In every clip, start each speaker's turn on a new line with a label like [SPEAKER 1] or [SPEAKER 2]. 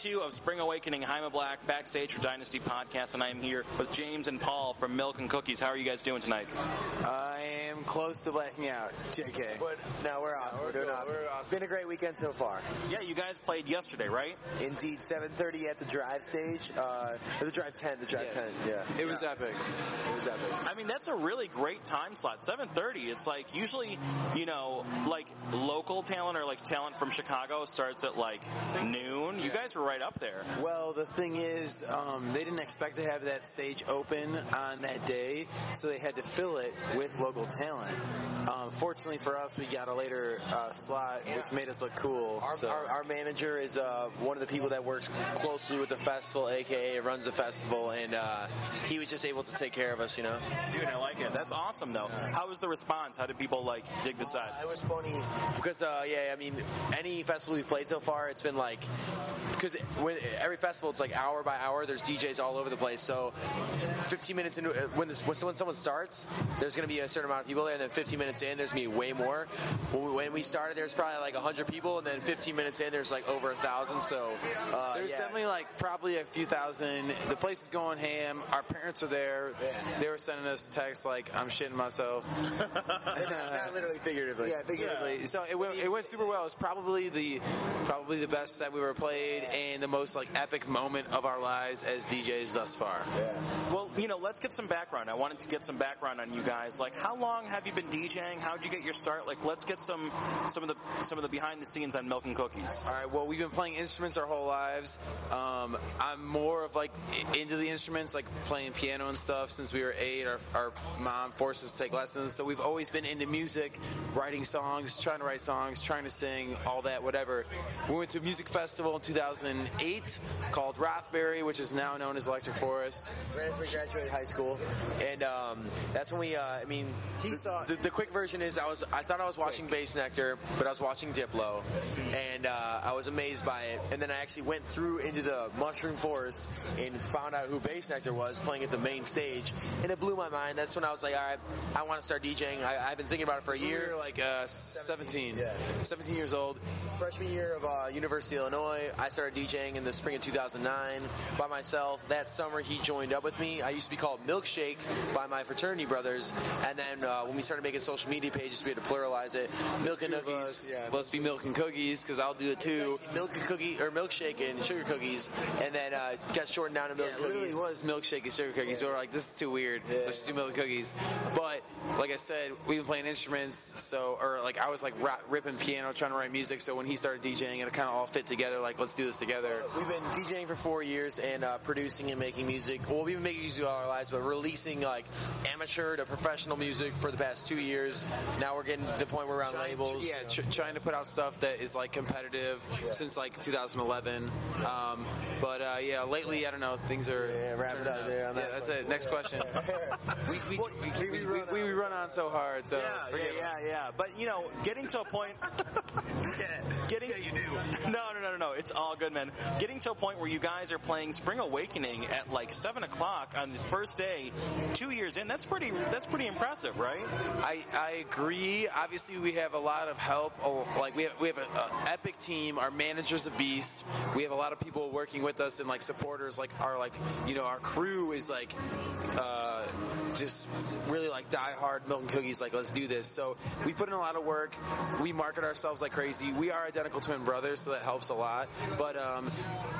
[SPEAKER 1] two of Spring Awakening Heima Black backstage for Dynasty Podcast, and I am here with James and Paul from Milk and Cookies. How are you guys doing tonight?
[SPEAKER 2] I am close to blacking out, JK.
[SPEAKER 3] But-
[SPEAKER 2] no, we're awesome.
[SPEAKER 3] we're
[SPEAKER 2] we're, doing
[SPEAKER 3] good.
[SPEAKER 2] awesome.
[SPEAKER 3] We're awesome.
[SPEAKER 2] It's been a great weekend so far.
[SPEAKER 1] Yeah, you guys played yesterday, right?
[SPEAKER 2] Indeed, 7:30 at the drive stage. Uh, or the drive 10, the drive
[SPEAKER 3] Yes.
[SPEAKER 2] 10. Yeah.
[SPEAKER 3] It was epic. It was epic.
[SPEAKER 1] I mean, that's a really great time slot. 7:30. It's like usually, you know, like local talent or like talent from Chicago starts at like noon. You guys were right up there.
[SPEAKER 2] Well, the thing is, um, they didn't expect to have that stage open on that day, so they had to fill it with local talent. Um, fortunately for us, we got a later uh, slot, which made us look cool.
[SPEAKER 4] Our,
[SPEAKER 2] so-
[SPEAKER 4] our, our manager is uh, one of the people that works closely with the festival, aka runs the festival, and uh, he was just able to take care of us, you know.
[SPEAKER 1] Dude, I like it. That's awesome, though. How was the response? How did people like dig this out?
[SPEAKER 2] it was funny.
[SPEAKER 4] Because uh, yeah, I mean, any festival we've played so far, it's been like because when every festival it's like hour by hour. There's DJs all over the place. So 15 minutes into uh, when this, when someone- someone starts, there's going to be a certain amount of people there, and then 15 minutes in, there's going to be way more. When we, when we started, there's probably like 100 people, and then 15 minutes in, there's like over a thousand. So uh,
[SPEAKER 2] There's
[SPEAKER 4] yeah.
[SPEAKER 2] definitely like probably a few thousand. The place is going ham. Our parents are there. They were sending us texts like, "I'm shitting myself."
[SPEAKER 3] Not literally, figuratively.
[SPEAKER 2] Yeah, figuratively. So it went, it went super well. It's probably the probably the best set we ever played and the most like epic moment of our lives as DJs thus far.
[SPEAKER 1] Well, you know, let's get some background. I wanted to get some background on you guys. Like, how long have you been DJing? How would you get your start? Like, let's get some some of the some of the behind the scenes on Milk and Cookies.
[SPEAKER 2] All right. Well, we've been playing instruments our whole lives. Um, I'm more of like i- into the instruments, like playing piano and stuff. Since we were eight, our, our mom forced us to take lessons, so we've always been into music, writing songs, trying to write songs, trying to sing, all that, whatever. We went to a music festival in 2008 called Rothbury, which is now known as Electric Forest.
[SPEAKER 3] Right after we graduated high school.
[SPEAKER 4] and um, that's when we. Uh, I mean,
[SPEAKER 3] He
[SPEAKER 4] the,
[SPEAKER 3] saw-
[SPEAKER 4] the, the quick version is I was I thought I was watching Bass Nectar, but I was watching Diplo, and uh, I was amazed by it. And then I actually went through into the mushroom forest and found out who Bass Nectar was playing at the main stage, and it blew my mind. That's when I was like, all right, I want to start DJing. I, I've been thinking about it for a
[SPEAKER 2] So we
[SPEAKER 4] year.
[SPEAKER 2] were like uh, 17, 17 years old.
[SPEAKER 4] Freshman year of uh, University of Illinois, I started DJing in the spring of 2009 by myself. That summer, he joined up with me. I used to be called Milkshake by my fraternity brothers, and then uh, when we started making social media pages, we had to pluralize it. Milk and
[SPEAKER 2] Two of
[SPEAKER 4] Nookies.
[SPEAKER 2] us, yeah. Let's be milk and cookies because I'll do it too.
[SPEAKER 4] Milk and cookie or milkshake and sugar cookies, and then uh, got shortened down to milk
[SPEAKER 2] It
[SPEAKER 4] and
[SPEAKER 2] literally
[SPEAKER 4] cookies.
[SPEAKER 2] was milkshake and sugar cookies. We were like, this is too weird. Let's just do milk cookies. But like I said, we've been playing instruments, so or like I was like ra- ripping piano, trying to write music. So when he started DJing, it kind of all fit together. Like let's do this together.
[SPEAKER 4] We've been DJing for four years and uh, producing and making music. Well, we've been making music all our lives, but releasing like amateur to professional music for the past two years. Now we're getting to the point where we're on labels.
[SPEAKER 2] Yeah, tr- trying to put out stuff that is like competitive since like 2011. Um, but uh, yeah, lately I don't know things are.
[SPEAKER 3] Yeah, wrap it
[SPEAKER 2] turning
[SPEAKER 3] up there on
[SPEAKER 2] Yeah,
[SPEAKER 3] that
[SPEAKER 2] that's it. Next question.
[SPEAKER 3] we, we,
[SPEAKER 2] we, we, we run on so hard. So
[SPEAKER 1] Yeah, yeah,
[SPEAKER 2] forget it.
[SPEAKER 1] yeah, yeah. But you know, getting to a point, getting you do. No, no, no, no, no. It's all good, man. Getting to a point where you guys are playing Spring Awakening at like seven o'clock on the first day, two years in. That's pretty. That's pretty impressive, right?
[SPEAKER 2] I, I agree. Obviously, we have a lot of help. Oh, Like we have we have an epic team. Our manager's a beast. We have a lot of people working with us and like supporters. Like our like you know our crew is like uh, just really like die hard milk and cookies. Like let's do this. So we put in a lot of work. We market ourselves like crazy. We are identical twin brothers, so that helps a lot. But um,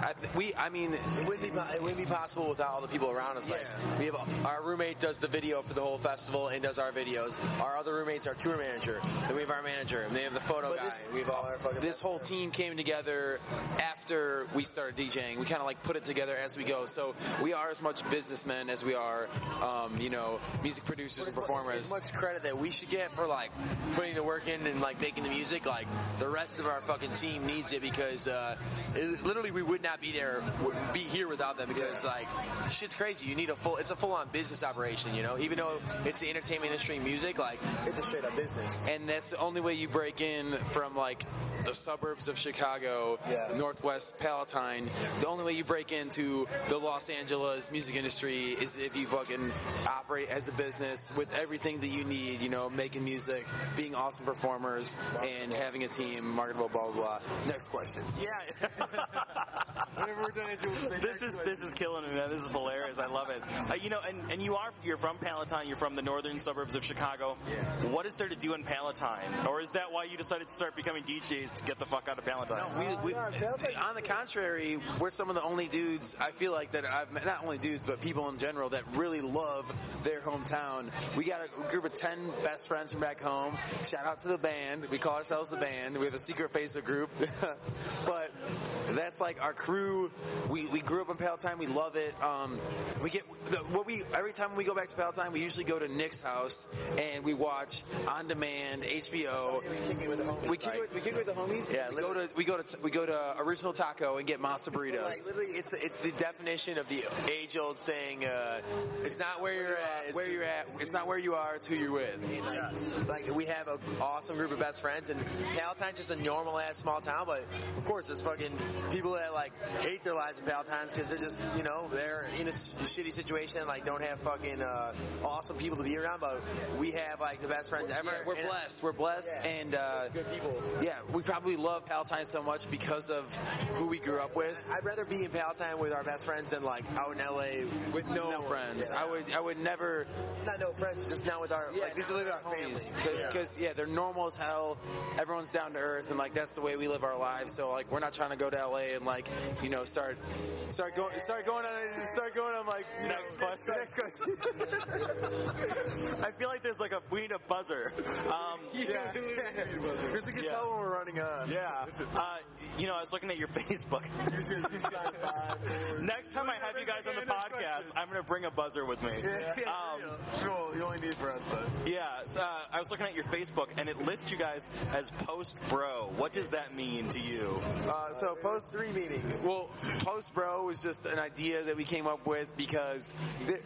[SPEAKER 2] I th- we I mean
[SPEAKER 4] It wouldn't, be, po- it wouldn't be possible without all the people around us. Like we have a, our roommate does the video for the whole festival and does our videos. Our other roommates are tour manager, and we have our manager, and they have the photo guy.
[SPEAKER 2] this-
[SPEAKER 4] and we have all our fucking.
[SPEAKER 2] this whole team came together after we started DJing. We kind of like put it together as we go. So we are as much businessmen as we are, um, you know, music producers and
[SPEAKER 4] As
[SPEAKER 2] performers.
[SPEAKER 4] much credit that we should get for like putting the work in and like making the music, like the rest of our fucking team needs it because uh, it, literally we would not be there, would be here without them because like shit's crazy. You need a full, it's a full on business operation, you know. Even though it's the entertainment industry, and music, like
[SPEAKER 3] It's a straight up business.
[SPEAKER 2] And that's the only way you break in from like the suburbs of Chicago,
[SPEAKER 3] Yeah.
[SPEAKER 2] Northwest Palatine. The only way you break into the Los Angeles music industry is if you fucking operate as a business with everything that you need, you know, making music, being awesome performers, and having a team, marketable, blah, blah, blah. Next question.
[SPEAKER 1] Yeah.
[SPEAKER 3] We're
[SPEAKER 4] we're done answering, we'll say
[SPEAKER 1] This
[SPEAKER 4] next
[SPEAKER 1] is
[SPEAKER 4] question.
[SPEAKER 1] this is killing me, man. This is hilarious. I love it. Uh, you know, and, and you are you're from Palatine. You're from the northern suburbs of Chicago.
[SPEAKER 4] Yeah.
[SPEAKER 1] What is there to do in Palatine? Or is that why you decided to start becoming DJs to get the fuck out of Palatine?
[SPEAKER 3] We, we,
[SPEAKER 4] Yeah, that's like-
[SPEAKER 3] on the
[SPEAKER 2] contrary, we're some of the only dudes I feel like that I've met, not only dudes but people in general that really love their hometown. We got a group of ten best friends from back home. Shout out to the band. We call ourselves the band. We have a secret Facebook group, but that's like our crew. We, we grew up in Palatine. We love it. Um, we get the, what we every time we go back to Palatine, we usually go to Nick's house and we watch on demand HBO.
[SPEAKER 4] we kick it with the homies.
[SPEAKER 2] We kick it
[SPEAKER 4] like-
[SPEAKER 2] with-
[SPEAKER 4] we kick it with the homies.
[SPEAKER 2] Yeah, we go to we go to we go to original taco and get masa burritos.
[SPEAKER 4] Like literally, it's
[SPEAKER 3] it's the definition of the age-old saying. Uh, it's not where you're at. It's
[SPEAKER 2] where you're at, it's not where you are, it's who you're with.
[SPEAKER 3] Like we have an awesome group of best friends, and Palatine's just a normal ass small town. But of course, there's fucking people that like hate their lives in Palatine's because they're just you know they're in a s- shitty situation, like don't have fucking uh, awesome people to be around. But we have like the best friends ever.
[SPEAKER 2] Yeah, we're
[SPEAKER 3] And-
[SPEAKER 2] blessed. We're blessed,
[SPEAKER 3] Yeah.
[SPEAKER 2] and uh,
[SPEAKER 4] good people.
[SPEAKER 2] yeah, we probably love Palatine so much because of who we grew up with.
[SPEAKER 3] I'd rather be in Palatine with our best friends than like out in LA
[SPEAKER 2] With no,
[SPEAKER 3] No
[SPEAKER 2] friends, I would I would never
[SPEAKER 3] Not no friends, just now with our like these are literally our
[SPEAKER 2] homies
[SPEAKER 3] families.
[SPEAKER 2] because yeah. they're normal as hell. Everyone's down to earth, and like that's the way we live our lives. So like we're not trying to go to LA and like you know start start going start going on start going on like you know,
[SPEAKER 1] Next question.
[SPEAKER 2] Next question.
[SPEAKER 1] I feel like there's like a we need a buzzer. Um,
[SPEAKER 4] Yeah, because you can
[SPEAKER 1] Yeah.
[SPEAKER 4] tell when we're running up.
[SPEAKER 1] yeah. Uh, you know, I was looking at your Facebook.
[SPEAKER 4] Usually it's inside five, four.
[SPEAKER 1] Next time I have you guys on the podcast, I'm gonna bring a buzzer with me.
[SPEAKER 4] Yeah, yeah,
[SPEAKER 1] Um,
[SPEAKER 4] yeah. Well, you only need for us, but
[SPEAKER 1] Yeah, uh, I was looking at your Facebook, and it lists you guys as post bro. What does that mean to you?
[SPEAKER 2] Uh, so post three meetings. Well, post bro was just an idea that we came up with because th-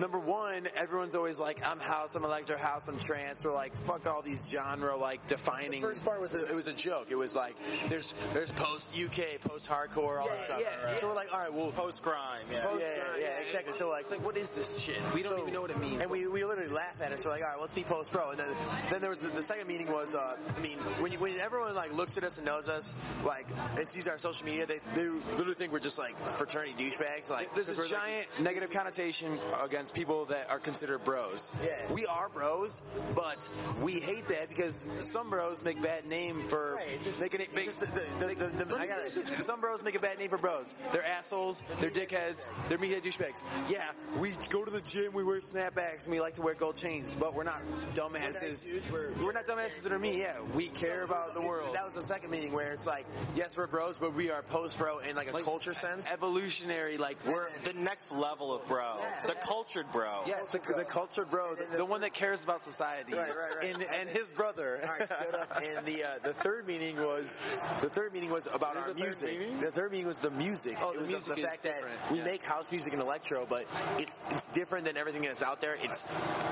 [SPEAKER 2] number one, everyone's always like, I'm house, I'm electro house, I'm trance. We're like, fuck all these genre like defining.
[SPEAKER 4] first part was a,
[SPEAKER 3] It was a joke. It was like there's there's post UK, post hardcore, all this
[SPEAKER 2] Yeah,
[SPEAKER 3] stuff.
[SPEAKER 2] yeah, yeah.
[SPEAKER 3] So we're like, all right, well,
[SPEAKER 1] Post grime. Yeah.
[SPEAKER 3] yeah, yeah,
[SPEAKER 4] yeah.
[SPEAKER 3] exactly. So like, like, what is this shit?
[SPEAKER 2] We don't even know what it means.
[SPEAKER 3] And we, we literally laugh at it. So we're like, all right, let's be post pro. And then then there was the, the second meeting was, uh, I mean, when you, when everyone like looks at us and knows us, like and sees our social media, they, they literally think we're just like fraternity douchebags. Like
[SPEAKER 2] There's
[SPEAKER 3] 'cause
[SPEAKER 2] a
[SPEAKER 3] we're, like,
[SPEAKER 2] giant negative connotation against people that are considered bros.
[SPEAKER 4] Yeah.
[SPEAKER 2] We are bros, but we hate that because some bros make bad name for
[SPEAKER 4] Right, it's just-
[SPEAKER 2] making it.
[SPEAKER 4] it's
[SPEAKER 2] Make,
[SPEAKER 4] just the- the-
[SPEAKER 2] make-
[SPEAKER 4] the- the- the-
[SPEAKER 2] I got it. Some bros make a bad name for bros. They're assholes. They're dickheads. They're meathead douchebags. Yeah, we go to the gym. We wear snapbacks and we like to wear gold chains, but we're not dumbasses.
[SPEAKER 4] dudes, we're-
[SPEAKER 2] We're not dumbasses that are me. Yeah, we care about the world.
[SPEAKER 3] That was the second meeting where it's like, yes, we're bros, but we are post bro in like a
[SPEAKER 2] Like,
[SPEAKER 3] culture sense.
[SPEAKER 2] Evolutionary, like we're
[SPEAKER 1] The next level of bro, the cultured bro.
[SPEAKER 2] Yes, the, the cultured bro, the, the one that cares about society,
[SPEAKER 3] Right, right, right.
[SPEAKER 2] and, and his brother.
[SPEAKER 3] and the uh, the third meeting was the third meeting was about
[SPEAKER 4] There's
[SPEAKER 3] our
[SPEAKER 4] a third
[SPEAKER 3] music.
[SPEAKER 4] meeting?
[SPEAKER 3] The third meeting was the music.
[SPEAKER 2] Oh,
[SPEAKER 3] it
[SPEAKER 2] the
[SPEAKER 3] was
[SPEAKER 2] music
[SPEAKER 3] the
[SPEAKER 2] is
[SPEAKER 3] fact
[SPEAKER 2] different,
[SPEAKER 3] that we
[SPEAKER 2] yeah.
[SPEAKER 3] make house music and electro, but it's it's different than everything that's out there. It's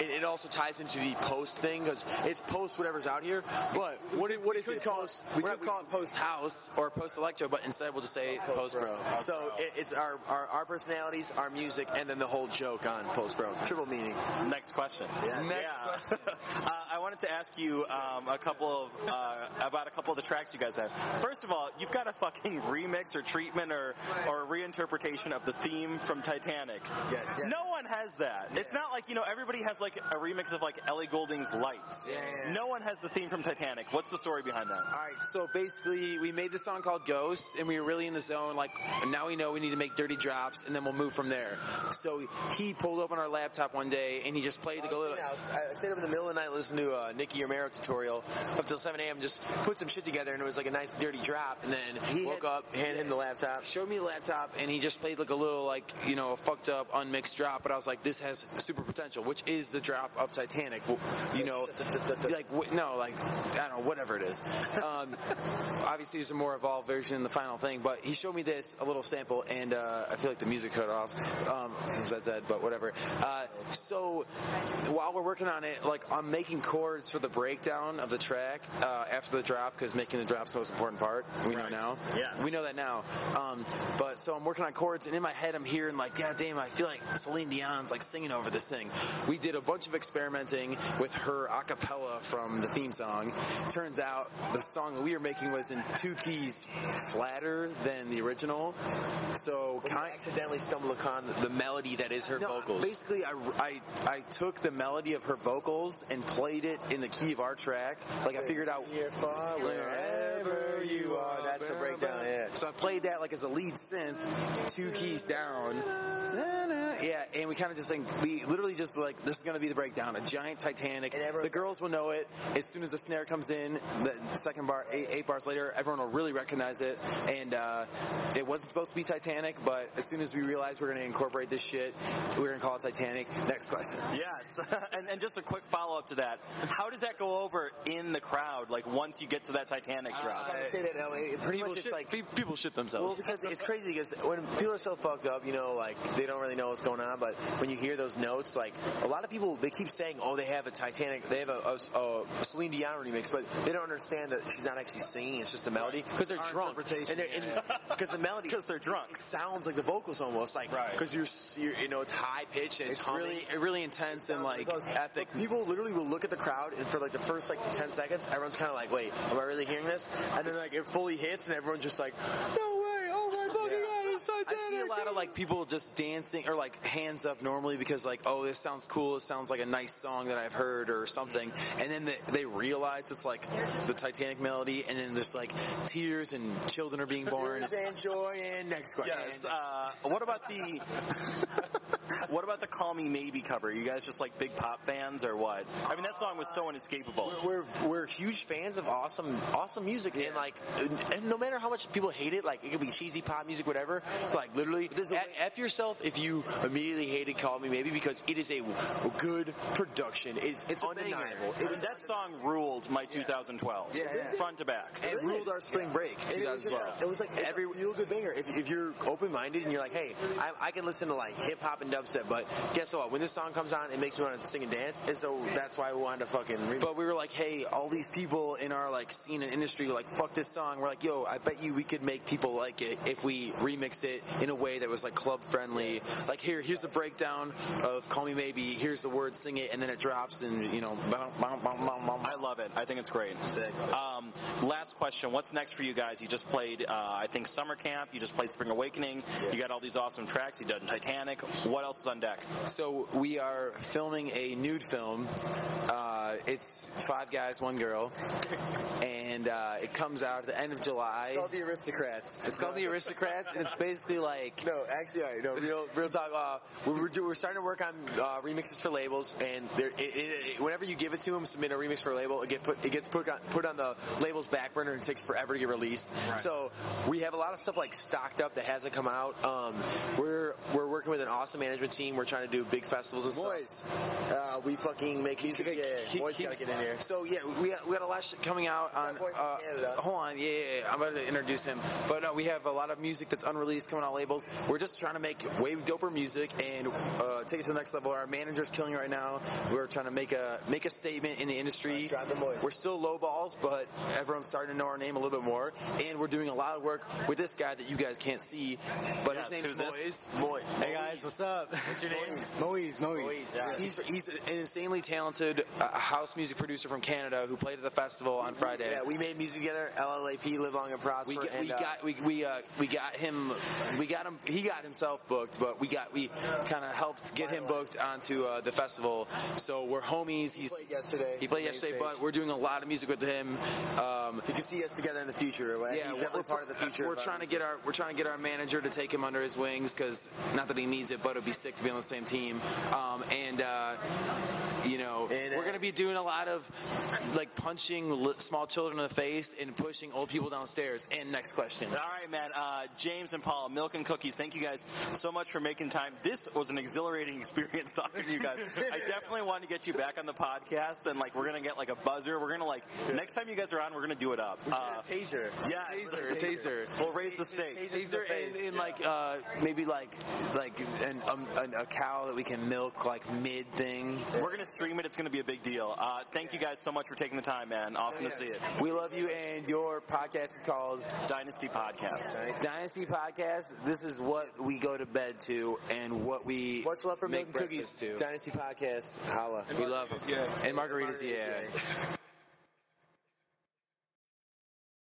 [SPEAKER 3] it, it also ties into the post thing because it's post whatever's out here. But what it, what is it? Post,
[SPEAKER 2] we
[SPEAKER 3] we're
[SPEAKER 2] could
[SPEAKER 3] not-
[SPEAKER 2] call it post house or post electro, but instead we'll just say post bro.
[SPEAKER 3] So it, it's our, our our personalities, our music, and then the whole joke on post bro. Triple meaning.
[SPEAKER 1] Next question.
[SPEAKER 3] Yes.
[SPEAKER 2] Next
[SPEAKER 1] question. uh, I wanted to ask you um, a couple of uh, about a couple of the tracks you guys have. First of all, you've got a fucking remix or treatment or or reinterpretation of the theme from Titanic.
[SPEAKER 4] Yes.
[SPEAKER 1] No one has that. It's not like you know everybody has like a remix of like Ellie Goulding's Lights.
[SPEAKER 4] Yeah, yeah, Uh, yeah.
[SPEAKER 1] No one has the theme from Titanic. What's the story behind that?
[SPEAKER 2] All right, so basically we made this song called Ghost, and we were really in the zone. Like now we know we need to make dirty drops, and then we'll move from there. So he pulled open our laptop one day, and he just played the uh, little.
[SPEAKER 3] I was- I stayed up in the middle of the night listening to a Nicky Romero tutorial up till 7 a.m. Just put some shit together, and it was like a nice dirty drop. And then
[SPEAKER 2] He
[SPEAKER 3] woke
[SPEAKER 2] had-
[SPEAKER 3] up, handed him the laptop.
[SPEAKER 2] showed me the laptop and he just played like a little like you know fucked up unmixed drop but i was like this has super potential which is the drop of titanic w- you know like w- no like i don't know whatever it is um, obviously it's a more evolved version in the final thing but he showed me this a little sample and uh, i feel like the music cut off um, as i said but whatever uh, so while we're working on it like i'm making chords for the breakdown of the track uh, after the drop because making the drop's the most important part we know now
[SPEAKER 1] Yes.
[SPEAKER 2] we know that now. Um, but so I'm working on chords, and in my head, I'm hearing like, God damn, I feel like Celine Dion's like singing over this thing. We did a bunch of experimenting with her a cappella from the theme song. Turns out the song that we were making was in two keys flatter than the original. So
[SPEAKER 3] I
[SPEAKER 2] kind,
[SPEAKER 3] accidentally stumbled upon the melody that is her
[SPEAKER 2] no,
[SPEAKER 3] vocals.
[SPEAKER 2] Basically, I, I, I took the melody of her vocals and played it in the key of our track. Like, I figured out
[SPEAKER 4] Here far, wherever you are.
[SPEAKER 3] That's the breakdown, yeah.
[SPEAKER 2] So I played that like as a lead synth, two keys down. Na, na. Yeah, and we kind of just like we literally just like this is gonna be the breakdown, a giant Titanic.
[SPEAKER 3] And everyone's
[SPEAKER 2] the girls will know it as soon as the snare comes in. The second bar, eight, eight bars later, everyone will really recognize it. And uh, it wasn't supposed to be Titanic, but as soon as we realized we're gonna incorporate this shit, we're gonna call it Titanic. Next question.
[SPEAKER 1] Yes, and, and just a quick follow up to that. How does that go over in the crowd? Like once you get to that Titanic drop?
[SPEAKER 4] Uh,
[SPEAKER 3] I say that no, it pretty
[SPEAKER 2] People
[SPEAKER 3] much
[SPEAKER 2] shit,
[SPEAKER 3] it's like
[SPEAKER 2] people shit
[SPEAKER 3] well
[SPEAKER 2] themselves.
[SPEAKER 3] because it's crazy because when people are so fucked up, you know, like they don't really know what's going on. But when you hear those notes, like a lot of people, they keep saying, "Oh, they have a Titanic, they have a, a, a Celine Dion remix," but they don't understand that she's not actually singing; it's just the melody because they're
[SPEAKER 4] Our
[SPEAKER 3] drunk
[SPEAKER 4] interpretation,
[SPEAKER 3] because the melody
[SPEAKER 1] 'Cause they're drunk.
[SPEAKER 3] it sounds like the vocals almost like
[SPEAKER 1] Right.
[SPEAKER 3] because you're, you're you know it's high pitched and it's,
[SPEAKER 2] It's
[SPEAKER 3] humming.
[SPEAKER 2] really, uh, really intense and like epic.
[SPEAKER 3] People literally will look at the crowd, and for like the first like ten seconds, everyone's kind of like, "Wait, am I really hearing this?" And then like it fully hits, and everyone's just like, "No way! Oh my fucking god, it's Titanic!"
[SPEAKER 2] I see a lot of like people just dancing or like hands up normally because like oh this sounds cool it sounds like a nice song that I've heard or something and then they, they realize it's like the Titanic melody and then there's like tears and children are being born
[SPEAKER 3] and joy, and next question.
[SPEAKER 1] Yes. Uh, what about the What about the Call Me Maybe cover? Are you guys just like big pop fans or what? I mean, that song was so inescapable.
[SPEAKER 3] we're we're huge fans of awesome awesome music and like and no matter how much people hate it like it could be cheesy pop music whatever like literally F, F yourself if you immediately hated Call Me Maybe because it is a good production it's, it's undeniable
[SPEAKER 1] I mean, that song ruled my 2012,
[SPEAKER 3] Yeah.
[SPEAKER 1] front to back.
[SPEAKER 3] it ruled our spring break. It was, just, it was like every feel good banger. If, if you're open minded and you're like, hey, I, I can listen to like hip hop and dubstep, but guess what? When this song comes on, it makes me want to sing and dance, and so that's why we wanted to fucking. Remix.
[SPEAKER 2] but we were like hey all these people in our like scene and industry were like fuck this song we're like yo I bet you we could make people like it if we remixed it in a way that was like club friendly like here here's the breakdown of Call Me Maybe here's the words sing it and then it drops and you know bum, bum, bum, bum, bum.
[SPEAKER 1] I love it. I think it's great.
[SPEAKER 2] Sick.
[SPEAKER 1] Um, last question. What's next for you guys? You just played, uh, I think, Summer Camp. You just played Spring Awakening. You got all these awesome tracks. You done Titanic. What else is on deck?
[SPEAKER 2] So we are filming a nude film. Uh, it's five guys, one girl, and uh, it comes out at the end of July.
[SPEAKER 4] All the aristocrats.
[SPEAKER 2] It's called The Aristocrats, and it's basically like
[SPEAKER 4] No, actually, I no.
[SPEAKER 3] real, real talk. Uh, we're, we're, do, we're starting to work on uh, remixes for labels, and there, it, it, it, whenever you give it to them, submit a remix for a label, it, get put, it gets put on, put on the label's back burner and takes forever to get released. So we have a lot of stuff like stocked up that hasn't come out. Um, we're we're working with an awesome management team. We're trying to do big festivals and
[SPEAKER 4] Boys.
[SPEAKER 3] stuff. Uh, we fucking make music. Yeah,
[SPEAKER 2] keep-
[SPEAKER 3] boys
[SPEAKER 2] keep-
[SPEAKER 3] gotta get in here.
[SPEAKER 2] So yeah, we got, we got a lot of shit coming out on.
[SPEAKER 3] Voice of
[SPEAKER 2] Uh,
[SPEAKER 3] Canada.
[SPEAKER 2] hold on, yeah, yeah, yeah, I'm about to introduce him. But uh, we have a lot of music that's unreleased coming out labels. We're just trying to make way doper music and uh, take it to the next level. Our manager's killing it right now. We're trying to make a make a statement in the industry.
[SPEAKER 3] Drive the voice.
[SPEAKER 2] We're still low balls, but everyone's starting to know our name a little bit more. And we're doing a lot of work with this guy that you guys can't see, but
[SPEAKER 1] Yes,
[SPEAKER 2] his
[SPEAKER 1] who's
[SPEAKER 2] name's
[SPEAKER 1] this?
[SPEAKER 2] Moise.
[SPEAKER 3] Boys.
[SPEAKER 5] Hey guys, what's up? What's your name? Moise. Moise.
[SPEAKER 3] Moise, yeah.
[SPEAKER 2] He's, he's an insanely talented uh, house music producer from Canada who played at the festival on Friday.
[SPEAKER 3] Yeah, we made music together. LLAP, live long and prosper.
[SPEAKER 2] We, got,
[SPEAKER 3] and,
[SPEAKER 2] we
[SPEAKER 3] uh,
[SPEAKER 2] got we we uh, we got him we got him he got himself booked but we got we kind of helped get him booked onto uh, the festival so we're homies he's
[SPEAKER 3] played yesterday.
[SPEAKER 2] he played yesterday but we're doing a lot of music with him um,
[SPEAKER 3] You can see us together in the future. Right?
[SPEAKER 2] yeah
[SPEAKER 3] He's
[SPEAKER 2] we're,
[SPEAKER 3] definitely part of the future.
[SPEAKER 2] we're
[SPEAKER 3] of our
[SPEAKER 2] trying to get our we're trying to get our manager to take him under his wings because not that he needs it but it'd be sick to be on the same team um, and uh, you know
[SPEAKER 3] And, uh,
[SPEAKER 2] we're gonna be doing a lot of like punching li- small children in the face and pushing old people downstairs and next question.
[SPEAKER 1] All right, man. Uh, James and Paul, Milk and Cookies, thank you guys so much for making time. This was an exhilarating experience talking to you guys. I definitely want to get you back on the podcast, and like we're gonna get like a buzzer. We're gonna like next time you guys are on, we're gonna do it up. Uh,
[SPEAKER 3] taser.
[SPEAKER 1] yeah,
[SPEAKER 2] Taser, taser.
[SPEAKER 1] We'll raise the stakes.
[SPEAKER 2] Caesar in, in like uh, maybe like like an, um, an, a cow that we can milk like mid thing.
[SPEAKER 1] We're gonna stream it. It's gonna be a big deal. Uh, thank you guys so much for taking the time, man. Awesome to see it.
[SPEAKER 2] We love you, and your podcast is called
[SPEAKER 1] Dynasty Podcast.
[SPEAKER 2] Dynasty Podcast.
[SPEAKER 3] this is what we go to bed to and what we
[SPEAKER 2] What's left for
[SPEAKER 3] make
[SPEAKER 2] milk and
[SPEAKER 3] cookies
[SPEAKER 2] cookies?
[SPEAKER 3] to.
[SPEAKER 2] Dynasty podcast. Holla.
[SPEAKER 3] We love them.
[SPEAKER 6] Yeah.
[SPEAKER 3] And margaritas,
[SPEAKER 2] Margaritas,
[SPEAKER 3] yeah.